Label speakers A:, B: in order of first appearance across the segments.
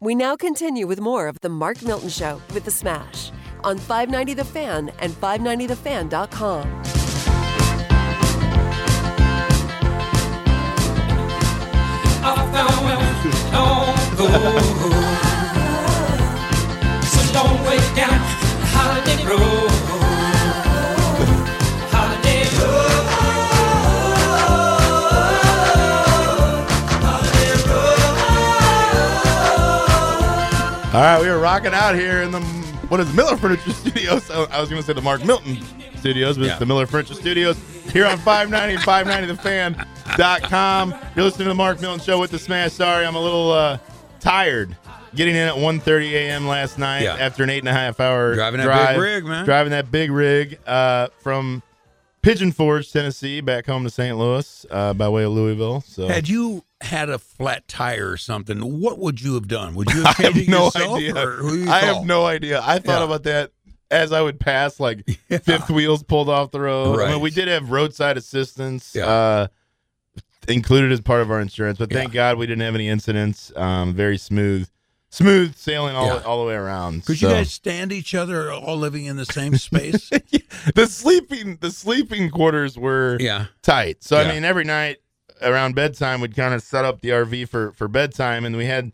A: We now continue with more of The Mark Milton Show with The Smash on 590 The Fan and 590TheFan.com.
B: Off the way, don't go. So don't wait down Holiday Road. Holiday Road.
C: All right, we are rocking out here in the what is it, Miller Furniture Studios. I I was going to say the Mark Milton Studios, but
D: Yeah.
C: it's the Miller Furniture Studios here on 590 and 590thefan.com. You're listening to the Mark Milton Show with the Smash. Sorry, I'm a little uh, tired. Getting in at 1.30 a.m. last night
D: Yeah.
C: after an eight and a half hour
D: Driving that big
C: drive,
D: rig, man.
C: Driving that big rig uh, from Pigeon Forge, Tennessee, back home to St. Louis uh, by way of Louisville. So
D: Had you had a flat tire or something, what would you have done? Would you have
C: I have
D: taken
C: no
D: yourself
C: idea.
D: or who you
C: I have
D: call?
C: no idea. I thought
D: Yeah.
C: about that as I would pass, like fifth wheels pulled off the road. I mean,
D: Right.
C: we did have roadside assistance
D: Yeah.
C: uh, included as part of our insurance, but thank God we didn't have any incidents. Um, very smooth, smooth sailing all,
D: Yeah.
C: all the way around.
D: Could
C: so.
D: you guys stand each other, all living in the same space?
C: the sleeping the sleeping quarters were
D: yeah,
C: tight. So I
D: Yeah.
C: mean, every night around bedtime, we'd kind of set up the RV for for bedtime, and we had.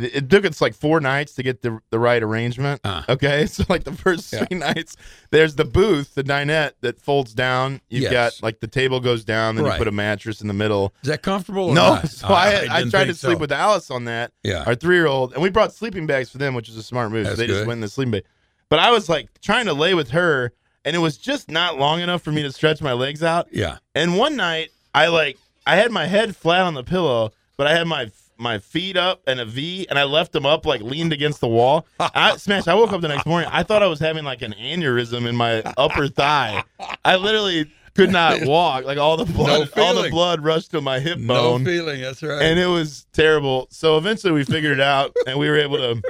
C: It took us like four nights to get the the right arrangement.
D: Uh.
C: Okay, so like the first
D: Yeah.
C: three nights, there's the booth, the dinette that folds down. You've
D: Yes.
C: got like the table goes down, then you
D: Right.
C: put a mattress in the middle.
D: is that comfortable? Or
C: No,
D: not?
C: so I, I,
D: didn't
C: tried to
D: think
C: sleep
D: so.
C: with Alice on that,
D: Yeah,
C: our three year old, and we brought sleeping bags for them, which is a smart move. So
D: That's
C: they just
D: good.
C: went in the sleeping bag. But I was like trying to lay with her, and it was just not long enough for me to stretch my legs out.
D: yeah.
C: And one night, I like I had my head flat on the pillow, but I had my my feet up and a V, and I left them up like leaned against the wall. I smash. I woke up the next morning. I thought I was having like an aneurysm in my upper thigh. I literally could not walk. Like all the blood, all the
D: feeling.
C: blood rushed to my hip bone,
D: No feeling. That's right.
C: and it was terrible. So eventually, we figured it out, and we were able to.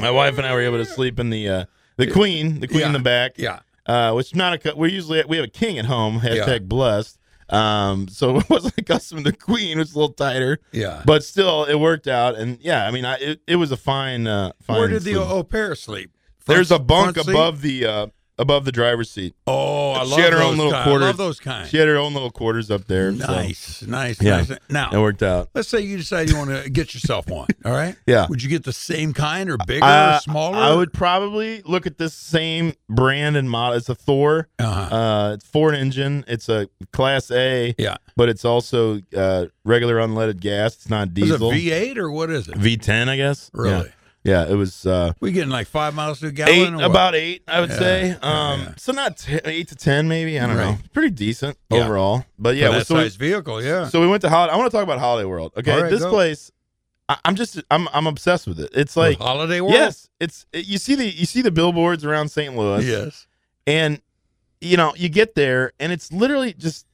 C: My wife and I were able to sleep in the uh, the queen, the queen in
D: Yeah.
C: the back
D: yeah,
C: uh, which not a. cu- We're usually we have a king at home. Hashtag
D: Yeah.
C: blessed. Um, so it wasn't accustomed to the queen. It was a little tighter,
D: yeah.
C: but still it worked out. And yeah, I mean, I it, it was a fine. Uh, fine
D: Where did the
C: sleep.
D: au pair sleep? Front-
C: There's a bunk
D: front seat?
C: above the uh, above the driver's seat.
D: Oh, I
C: She
D: love
C: had her
D: those
C: own little
D: kind.
C: quarters.
D: I love those kinds.
C: She had her own little quarters up there. so
D: nice, nice,
C: Yeah.
D: nice. Now,
C: it worked out.
D: Let's say you decide you want to get yourself one. All right.
C: Yeah.
D: Would you get the same kind or bigger
C: Uh,
D: or smaller?
C: I would probably look at this same brand and model. It's a Thor.
D: Uh-huh.
C: Uh, it's Ford engine. It's a Class A,
D: yeah.
C: but it's also uh, regular unleaded gas. It's not
D: Is it
C: diesel.
D: V8 or what is it?
C: V10, I guess.
D: Really?
C: Yeah, yeah it was uh,
D: We getting like five miles to a gallon?
C: eight,
D: or what?
C: about eight, I would
D: Yeah,
C: say.
D: yeah,
C: Um,
D: yeah.
C: so not t- eight to ten, maybe. I don't know.
D: Right.
C: Pretty decent
D: Yeah.
C: overall. But
D: For
C: yeah, well,
D: that
C: so,
D: size vehicle.
C: we,
D: Yeah.
C: so we went to Holiday. I want to talk about Holiday World. Okay,
D: All right,
C: this
D: go.
C: place, I, I'm just, I'm, I'm obsessed with it. It's like,
D: Holiday World.
C: yes, it's it, you see the you see the billboards around St. Louis,
D: Yes.
C: and you know you get there and it's literally just.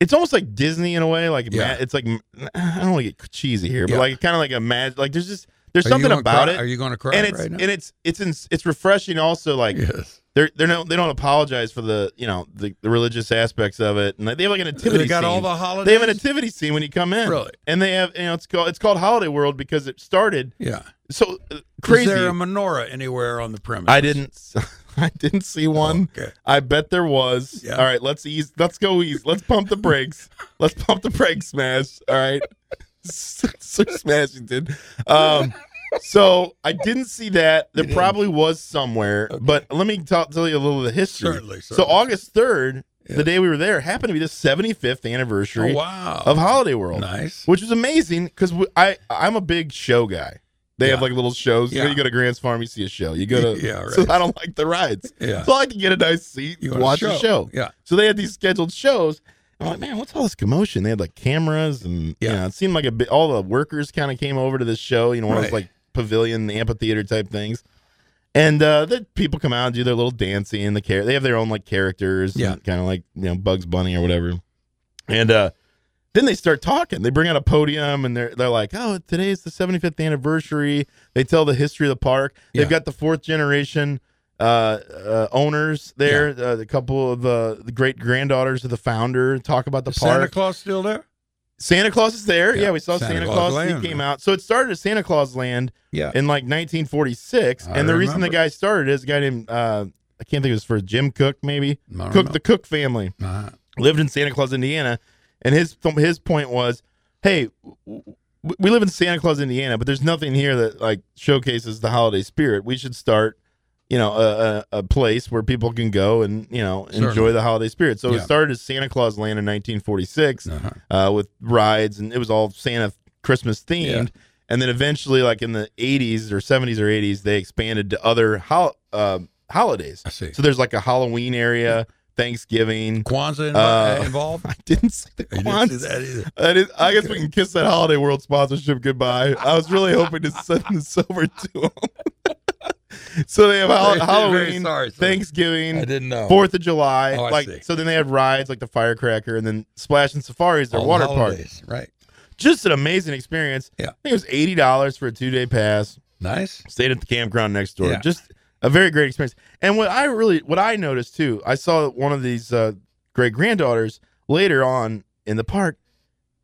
C: It's almost like Disney in a way, like
D: Yeah.
C: ma- it's like I don't want to get cheesy here, but
D: Yeah.
C: like kind of like a mag. Like there's just there's
D: Are you
C: something
D: gonna
C: about
D: cry-
C: it
D: Are you going to cry
C: and it's
D: right now?
C: and it's it's in, it's refreshing also like
D: yes.
C: they're they're no they don't apologize for the you know the, the religious aspects of it and like, they have like a nativity
D: They got
C: scene.
D: all the holidays.
C: they have a nativity scene when you come in
D: Really?
C: and they have you know it's called it's called holiday world because it started
D: yeah.
C: so uh, crazy
D: Is there a menorah anywhere on the premise?
C: i didn't i didn't see one.
D: Okay.
C: i bet there was
D: Yeah.
C: all right let's ease let's go ease let's pump the brakes let's pump the brakes smash all right so smashington um so I didn't see that. There probably was somewhere, but let me ta- tell you a little of the history.
D: Certainly,
C: So
D: certainly.
C: August third,
D: Yeah.
C: the day we were there, happened to be the 75th anniversary
D: Oh, wow.
C: of Holiday World,
D: Nice.
C: which was amazing because I I'm a big show guy. They have
D: Yeah.
C: like little shows. You know,
D: Yeah.
C: You go to Grant's Farm, you see a show. You go to
D: Yeah, right.
C: So I don't like the rides.
D: Yeah.
C: So I like to get a nice seat,
D: You want
C: watch a show.
D: Yeah.
C: So they had these scheduled shows. I'm like, man, what's all this commotion? They had like cameras and
D: Yeah.
C: you know, it seemed like a bit all the workers kind of came over to this show, you know, one of those
D: Right.
C: like pavilion amphitheater type things. And uh the people come out and do their little dancing and the care they have their own like characters,
D: Yeah.
C: kind of like you know, Bugs Bunny or whatever. And uh then they start talking. They bring out a podium and they're they're like, "Oh, today is the 75th anniversary." They tell the history of the park. They've
D: Yeah.
C: got the fourth generation uh, uh, owners there. Uh, the couple of uh, the great granddaughters of the founder talk about the
D: Is Santa
C: park.
D: Claus still there?
C: Santa Claus is there.
D: Yeah,
C: Yeah, we saw Santa,
D: Santa Claus
C: Claus.
D: Land.
C: He came out. So it started as Santa Claus Land
D: Yeah.
C: in like 1946.
D: I
C: and the reason the
D: remember.
C: guy started is a guy named uh, I can't think it was for Jim Cook maybe
D: I don't
C: Cook
D: know.
C: the Cook family
D: Uh,
C: lived in Santa Claus, Indiana, and his his point was, hey, w- w- we live in Santa Claus, Indiana, but there's nothing here that like showcases the holiday spirit. We should start, you know, a, a, a place where people can go and you know enjoy
D: Certainly.
C: the holiday spirit. So
D: Yeah.
C: it started as Santa Claus Land in 1946
D: uh-huh.
C: uh, with rides, and it was all Santa Christmas themed.
D: Yeah.
C: And then eventually, like in the 80s or 70s or 80s, they expanded to other hol- uh, holidays.
D: I see.
C: So there's like a Halloween area, Thanksgiving.
D: Kwanzaa invo-
C: Uh,
D: involved?
C: I didn't see the
D: You didn't see
C: Kwanzaa.
D: that either.
C: I, didn't- I guess we can kiss that Holiday World sponsorship goodbye. I was really hoping to send this over to them. so they have
D: Very-
C: hol-
D: very
C: Halloween,
D: sorry, sir. I
C: Thanksgiving,
D: didn't know.
C: Fourth of July.
D: Oh, I
C: like
D: see.
C: so, then they have rides like the firecracker, and then Splash and Safari is their
D: All the
C: water park.
D: holidays, Right.
C: Just an amazing experience.
D: Yeah.
C: I think it was eighty dollars for a two day pass
D: Nice.
C: stayed at the campground next door.
D: Yeah.
C: Just a very great experience. And what I really, what I noticed too, I saw one of these uh, great granddaughters later on in the park.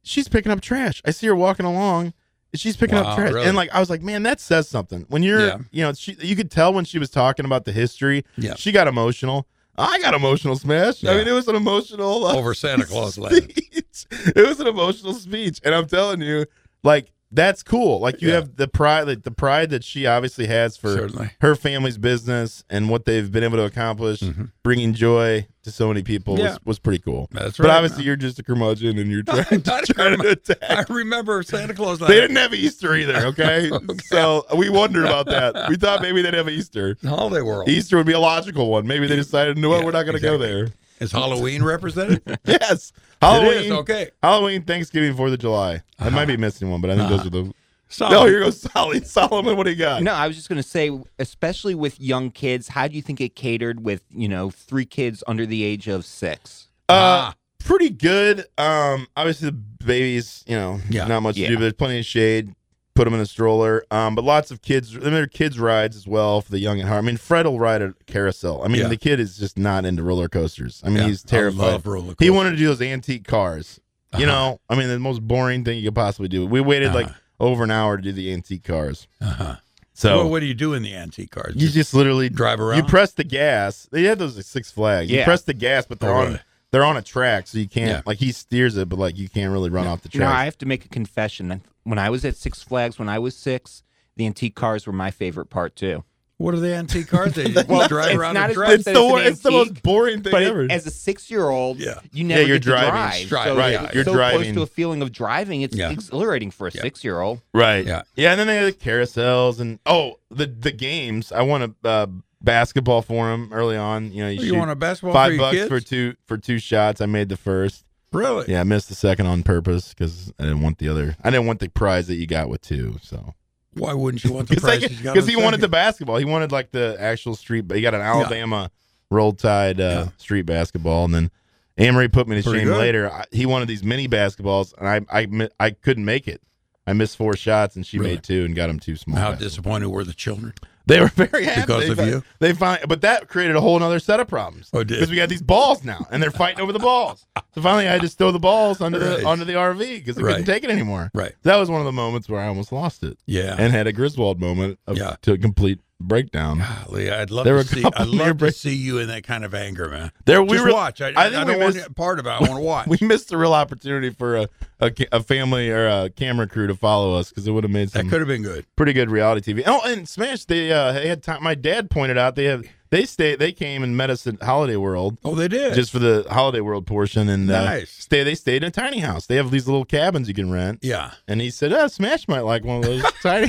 C: She's picking up trash. I see her walking along. and She's picking
D: Wow,
C: up trash,
D: really?
C: and like I was like, man, that says something. When you're,
D: Yeah.
C: you know, she, you could tell when she was talking about the history.
D: Yeah.
C: she got emotional. I got emotional, Smash.
D: Yeah.
C: I mean, it was an emotional uh,
D: Over Santa Claus Land.
C: speech. It was an emotional speech, and I'm telling you, like that's cool. Like you
D: Yeah.
C: have the pride, like, the pride that she obviously has for
D: Certainly.
C: her family's business and what they've been able to accomplish,
D: Mhm.
C: bringing joy to so many people
D: Yeah.
C: was, was pretty cool.
D: That's
C: But
D: right,
C: obviously,
D: man.
C: you're just a curmudgeon and you're trying to,
D: Not a
C: trying to
D: I
C: attack.
D: remember Santa Claus Land.
C: They didn't have Easter either, okay? So we wondered about that. We thought maybe they'd have Easter.
D: Holiday World.
C: Easter would be a logical one. Maybe they decided, no,
D: Yeah,
C: we're not going to
D: exactly.
C: go
D: Is Halloween represented?
C: there. Yes,
D: it
C: Halloween.
D: is. Okay.
C: Halloween, Thanksgiving, Fourth of July.
D: Uh-huh.
C: I might be missing one, but I think those are the.
D: So,
C: No, here goes Solly Solomon. What do you got?
E: No, I was just going to say, especially with young kids, how do you think it catered with, you know, three kids under the age of six?
D: Ah,
C: Uh, pretty good. Um, obviously the babies, you know,
D: Yeah.
C: not much
E: Yeah.
C: to do, but there's plenty of shade. Put them in a stroller. Um, but lots of kids. I mean, there are kids rides as well for the young at heart. I mean, Fred will ride a carousel. I mean,
D: Yeah.
C: the kid is just not into roller coasters. I mean,
D: Yeah,
C: he's
D: I
C: terrified.
D: love roller
C: He
D: coasters.
C: wanted to do those antique cars. You
D: Uh-huh.
C: know, I mean, the most boring thing you could possibly do. We waited like
D: Uh-huh.
C: over an hour to do the antique cars.
D: Uh-huh.
C: So
D: Well, what do you do in the antique cars?
C: you just literally
D: drive around?
C: You press the gas. They had those at Six Flags. You
E: Yeah.
C: press the gas, but they're
D: Oh,
C: on
D: really?
C: they're on a track, so you can't
D: Yeah.
C: like he steers it, but like you can't really run off the
E: No, I
C: track.
E: have to make a confession. When I was at Six Flags, when I was six, the antique cars were my favorite part too.
D: what are the antique cars? They just
E: Well,
D: drive
E: it's
D: around
E: not
D: and
E: as
D: drive.
E: it's an
C: wor-
E: antique,
C: boring thing
E: But it- as a six-year-old,
D: Yeah.
E: you never
C: Yeah, you're
E: get to
C: driving.
E: drive.
D: Drive,
E: so
D: right.
E: you're
C: You're
E: so
C: driving.
E: close to a feeling of driving. It's
D: Yeah.
E: exhilarating for a
D: Yeah.
E: six-year-old.
C: right.
D: Yeah.
C: Yeah. Yeah, and then they had the carousels and oh, the the games. I won a uh, basketball for him early on. You know, you,
D: You
C: shoot
D: want a basketball
C: five
D: for your
C: bucks
D: kids?
C: for two for two shots. I made the first.
D: Really?
C: Yeah, I missed the second on purpose because I didn't want the other. I didn't want the prize that you got with two. So
D: Why wouldn't you want the price? you got
C: because
D: on
C: he wanted the
D: second?
C: basketball. He wanted like the actual street. But he got an Alabama roll tide uh,
D: Yeah.
C: street basketball, and then Amory put me to
D: Pretty
C: shame
D: good.
C: later. I, he wanted these mini basketballs, and I I mi- I couldn't make it. I missed four shots, and she
D: Really?
C: made two and got them too small.
D: How
C: basketballs.
D: disappointed were the children?
C: They were very happy
D: Because
C: They
D: of
C: fi-
D: you?
C: They find, but that created a whole other set of problems.
D: Oh, it did.
C: because we got these balls now, and they're fighting over the balls. So finally, I just throw the balls under
D: Right.
C: the under the RV because I
D: Right.
C: couldn't take it anymore.
D: Right.
C: That was one of the moments where I almost lost it
D: Yeah.
C: and had a Griswold moment of,
D: Yeah.
C: to a complete breakdown.
D: Golly, I'd love
C: There
D: to
C: were a
D: see.
C: couple
D: I'd
C: near
D: love to
C: break-
D: see you in that kind of anger, man.
C: There we
D: Just
C: were-
D: watch. I,
C: I think
D: I don't
C: we
D: want
C: missed-
D: to part about. it. I want to watch.
C: We missed a real opportunity for a a, ca- a family or a camera crew to follow us because it would have made
D: that
C: some
D: could have been good.
C: pretty good reality TV. Oh, and Smash, they uh, they had time. My dad pointed out they have they stay they came and met us at Holiday World
D: Oh, they did.
C: just for the Holiday World portion and uh,
D: Nice.
C: stay. They stayed in a tiny house. They have these little cabins you can rent.
D: yeah.
C: And he said, "Oh, Smash might like one of those tiny,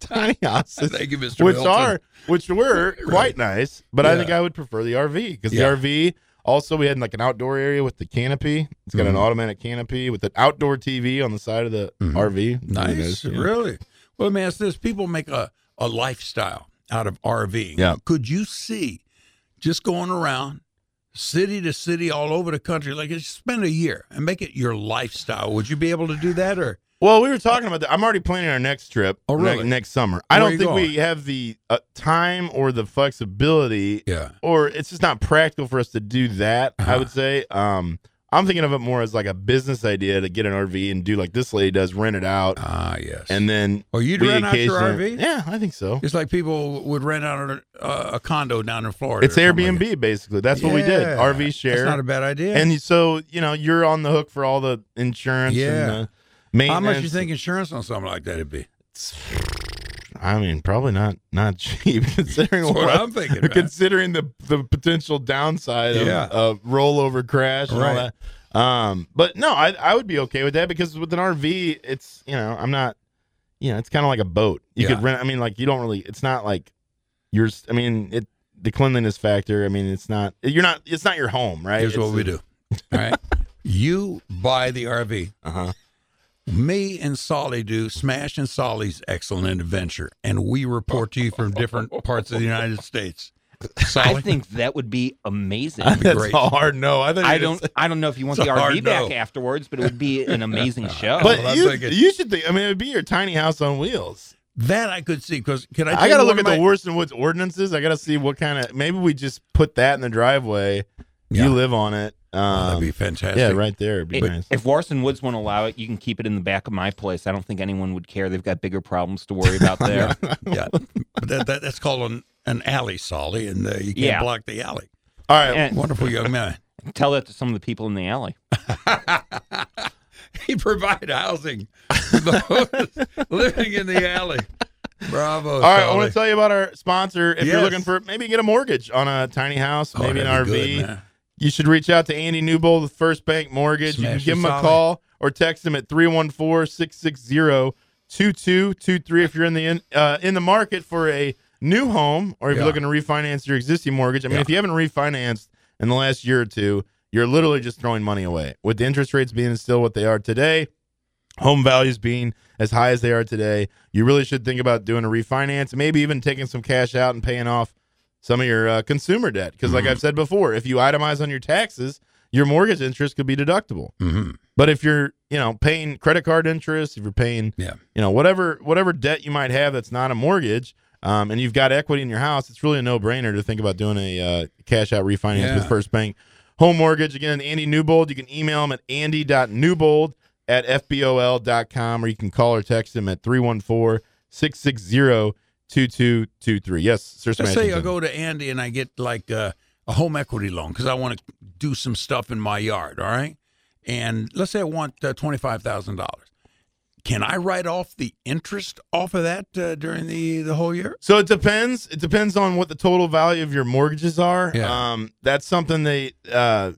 C: tiny houses,
D: Thank you, Mr.
C: which
D: Milton.
C: are which were quite nice." But I think
D: Yeah.
C: I would prefer the RV because
D: Yeah.
C: the RV also we had like an outdoor area with the canopy. It's got an
D: Mm-hmm.
C: automatic canopy with an outdoor TV on the side of the RV. Really
D: Nice,
C: yeah.
D: really. Well, let me ask this: People make a, a lifestyle out of RV.
C: Yeah.
D: Could you see just going around city to city, all over the country, like just spend a year and make it your lifestyle? Would you be able to do that, or
C: Well, we were talking about that. I'm already planning our next trip.
D: Oh,
C: ne-
D: really?
C: Next, summer. I
D: Where
C: don't
D: you
C: think
D: going?
C: we have the uh, time or the flexibility
D: yeah? Uh-huh.
C: or it's just not practical for us to do that. I would say. Um, I'm thinking of it more as like a business idea to get an RV and do like this lady does, rent it out,
D: Ah, yes.
C: and then
D: or you'd
C: we
D: rent out your
C: occasionally-
D: RV?
C: Yeah, I think so.
D: It's like people would rent out a, a condo down in Florida.
C: It's
D: or something like
C: Airbnb basically. That's what we did.
D: Yeah.
C: RV
D: that.
C: share.
D: That's not a bad idea.
C: And so you know you're on the hook for all the insurance.
D: Yeah.
C: And the maintenance.
D: how much you think insurance on something like that'd be?
C: I mean, probably not not cheap considering
D: That's what
C: what-
D: I'm thinking about.
C: considering the the potential downside of
D: Yeah.
C: a rollover crash and all
D: Right.
C: that. Um, but no, I I would be okay with that because with an RV, it's you know I'm not, you know, it's kind of like a boat. You
D: Yeah.
C: could rent. I mean, like you don't really. It's not like you're. s- I mean, it the cleanliness factor. I mean, it's not. You're not. It's not your home, right?
D: Here's
C: It's-
D: what we do. All right, you buy the RV.
C: Uh-huh.
D: Me and Solly do Smash and Solly's Excellent Adventure, and we report to you from different parts of the United States. Solly,
E: I think that would be amazing.
C: That's
D: great.
C: a hard no. I, thought you
E: I
C: were gonna
E: don't. I don't know if you want
D: It's
E: the
D: a hard
E: RV back
D: no.
E: afterwards, but it would be an amazing show.
D: Well, I
C: But you,
D: think it-
C: you should think. I mean, it'd be your tiny house on wheels.
D: that I could see because can I?
C: I,
D: tell
C: gotta
D: you
C: look
D: one
C: at
D: of
C: the
D: my-
C: Worston Woods ordinances. I gotta see what kind of. Maybe we just put that in the driveway.
D: Yeah. Oh,
C: You live on it. Um,
D: That'd be fantastic.
C: yeah, right there. It'd be
E: It-
C: nice.
E: if Warson Woods won't allow it, you can keep it in the back of my place. I don't think anyone would care. They've got bigger problems to worry about there.
D: Yeah, but that, that, that's called an, an alley, Solly, and uh, you can't
E: Yeah.
D: block the alley.
C: All right.
E: And
D: Wonderful young man.
E: tell that to some of the people in the alley.
D: He provided housing for those living in the alley.
C: all
D: Bravo.
C: right, I
D: Solly.
C: want to tell you about our sponsor. If you're
D: Yes.
C: looking for maybe get a mortgage on a tiny house,
D: Oh,
C: maybe an
D: that'd
C: RV,
D: be good, man.
C: you should reach out to Andy Newbold with First Bank Mortgage. you can
D: Smash
C: give him
D: and
C: a
D: solid.
C: call or text him at 314-660-2223 if you're in the in, uh, in the market for a new home or if
D: Yeah.
C: you're looking to refinance your existing mortgage. I mean,
D: Yeah.
C: if you haven't refinanced in the last year or two, you're literally just throwing money away. With the interest rates being still what they are today, home values being as high as they are today, you really should think about doing a refinance, maybe even taking some cash out and paying off some of your uh, consumer debt. Because, like I've said before, if you itemize on your taxes, your mortgage interest could be deductible.
D: Mhm.
C: But if you're, you know, paying credit card interest, if you're paying,
D: Yeah.
C: you know, whatever whatever debt you might have that's not a mortgage, um, and you've got equity in your house, it's really a no brainer to think about doing a uh, cash out refinance
D: Yeah.
C: with First Bank Home Mortgage. Again, Andy Newbold, you can email him at andy.newbold at fbol.com or you can call or text him at 314 660 2223. Yes, Sir
D: Let's
C: Smash.
D: say I go to Andy and I get like a, a home equity loan because I want to do some stuff in my yard. All right, and let's say I want uh, twenty five thousand dollars. Can I write off the interest off of that uh, during the the whole year?
C: So it depends. It depends on what the total value of your mortgages are.
D: Yeah.
C: Um, that's something they, uh,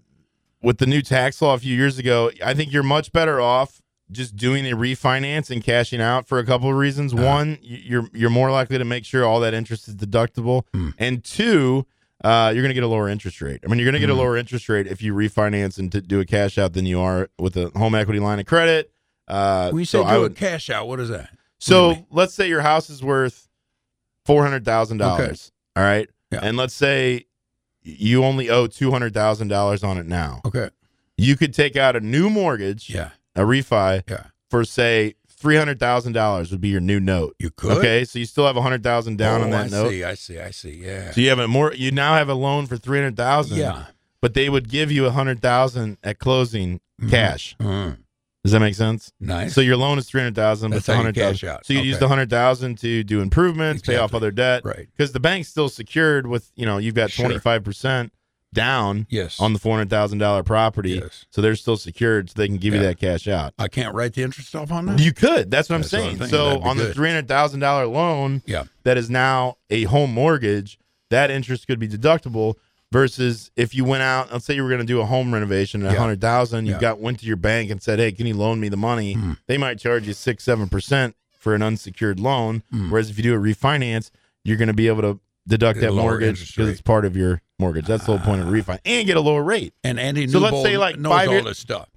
C: with the new tax law a few years ago, I think you're much better off just doing a refinance and cashing out for a couple of reasons.
D: Uh-huh.
C: One, y- you're you're more likely to make sure all that interest is deductible,
D: Hmm.
C: and two, uh, you're going to get a lower interest rate. I mean, you're going to
D: Hmm.
C: get a lower interest rate if you refinance and to do a cash out than you are with a home equity line of credit. Uh,
D: When you say
C: so I
D: do
C: would-
D: a cash out, what is that?
C: so
D: Really?
C: let's say your house is worth four hundred thousand dollars. All right,
D: Yeah.
C: and let's say you only owe two hundred thousand dollars on it now.
D: Okay.
C: You could take out a new mortgage,
D: Yeah.
C: a refi,
D: Yeah.
C: for say three hundred thousand dollars would be your new note.
D: You could.
C: Okay, so you still have a hundred thousand down
D: Oh,
C: on that
D: I
C: note.
D: see. I see. I see. Yeah.
C: So you have a more. You now have a loan for three hundred thousand.
D: yeah.
C: but they would give you a hundred thousand at closing
D: Mhm.
C: cash.
D: Mm.
C: Does that make sense?
D: Nice.
C: So your loan is three hundred thousand, but
D: That's
C: it's a
D: how you
C: hundred
D: cash
C: thousand.
D: out.
C: So you use
D: Okay.
C: the hundred thousand to do improvements, pay off
D: Exactly.
C: other debt,
D: right.
C: Because the bank's still secured with you know you've got
D: Sure.
C: twenty five percent down
D: Yes.
C: on the four hundred thousand dollar property,
D: Yes.
C: so they're still secured, so they can give you
D: Yeah.
C: that cash out.
D: I can't write the interest off on that.
C: You could. That's what
D: That's what
C: I'm
D: I'm
C: saying.
D: thinking.
C: so
D: That'd be
C: on the
D: good.
C: three hundred thousand dollar loan
D: yeah.
C: that is now a home mortgage, that interest could be deductible. Versus if you went out, let's say you were going to do a home renovation at
D: Yeah.
C: a hundred thousand, you
D: Yeah. Hmm.
C: have got went to your bank and said, "Hey, can you loan me the money?" They might charge you six, seven percent for an unsecured loan. Whereas if you do a refinance, you're going to be able to deduct
D: Hmm. Get a
C: that
D: lower
C: mortgage
D: interest
C: because
D: rate.
C: it's part of your mortgage. That's the whole point of refi, and get a lower rate.
D: And Andy
C: So let's
D: Newbold
C: say, like,
D: knows
C: five
D: all
C: year-
D: this stuff.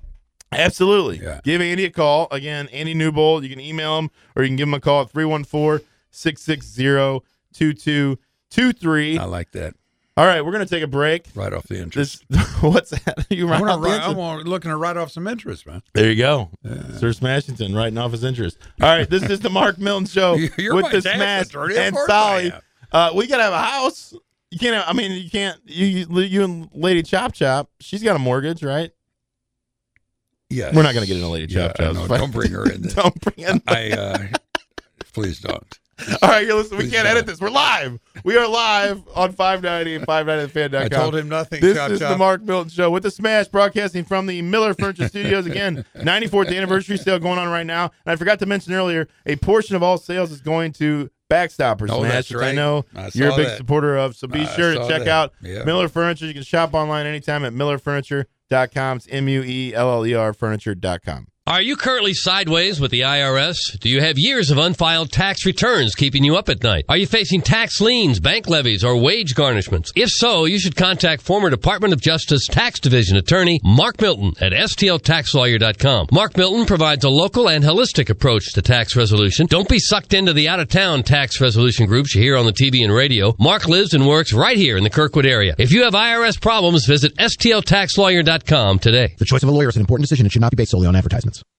C: Absolutely.
D: Yeah.
C: Give Andy a call. Again, Andy Newbold. You can email him or you can give him a call at 314 660 2223.
D: I like that.
C: All right, we're gonna take a break.
D: Right off the interest.
C: This what's that? You
D: I'm,
C: write
D: gonna
C: off the
D: write,
C: interest.
D: I'm looking to write off some interest, man.
C: There you go, Sir Smashington writing off his interest. All right, this is the Mark Milton Show
D: You're
C: with
D: my
C: the
D: tax
C: Smash
D: attorney, of
C: and
D: course
C: Sally.
D: I am.
C: Uh, we gotta have a house. You can't. Have, I mean, you can't. You you and Lady Chop Chop. She's got a mortgage, right?
D: Yes.
C: We're not gonna get into Lady
D: Yeah,
C: Chop Chops.
D: no,
C: If I-
D: don't bring her in. There.
C: Don't bring in.
D: I uh, please don't.
C: All right, here, listen, we
D: Please
C: can't
D: don't.
C: edit this. We're live. We are live on 590 590thefan.com.
D: I told him nothing.
C: This
D: Chop
C: is
D: Chop.
C: the Mark Milton Show with the Smash broadcasting from the Miller Furniture Studios. Again, 94th anniversary sale going on right now. And I forgot to mention earlier, a portion of all sales is going to Backstoppers
D: Oh,
C: Smash,
D: that's
C: which I
D: right.
C: know
D: I
C: you're a
D: saw
C: big
D: that.
C: supporter of. So be
D: I
C: sure to
D: saw
C: check
D: that.
C: out
D: Yeah.
C: Miller Furniture. You can shop online anytime at millerfurniture.com. It's M U E L L E R furniture.com.
F: Are you currently sideways with the IRS? Do you have years of unfiled tax returns keeping you up at night? Are you facing tax liens, bank levies, or wage garnishments? If so, you should contact former Department of Justice Tax Division Attorney Mark Milton at STLTaxLawyer.com. Mark Milton provides a local and holistic approach to tax resolution. Don't be sucked into the out-of-town tax resolution groups you hear on the TV and radio. Mark lives and works right here in the Kirkwood area. If you have IRS problems, visit STLTaxLawyer.com today.
G: The choice of a lawyer is an important decision and should not be based solely on advertisements.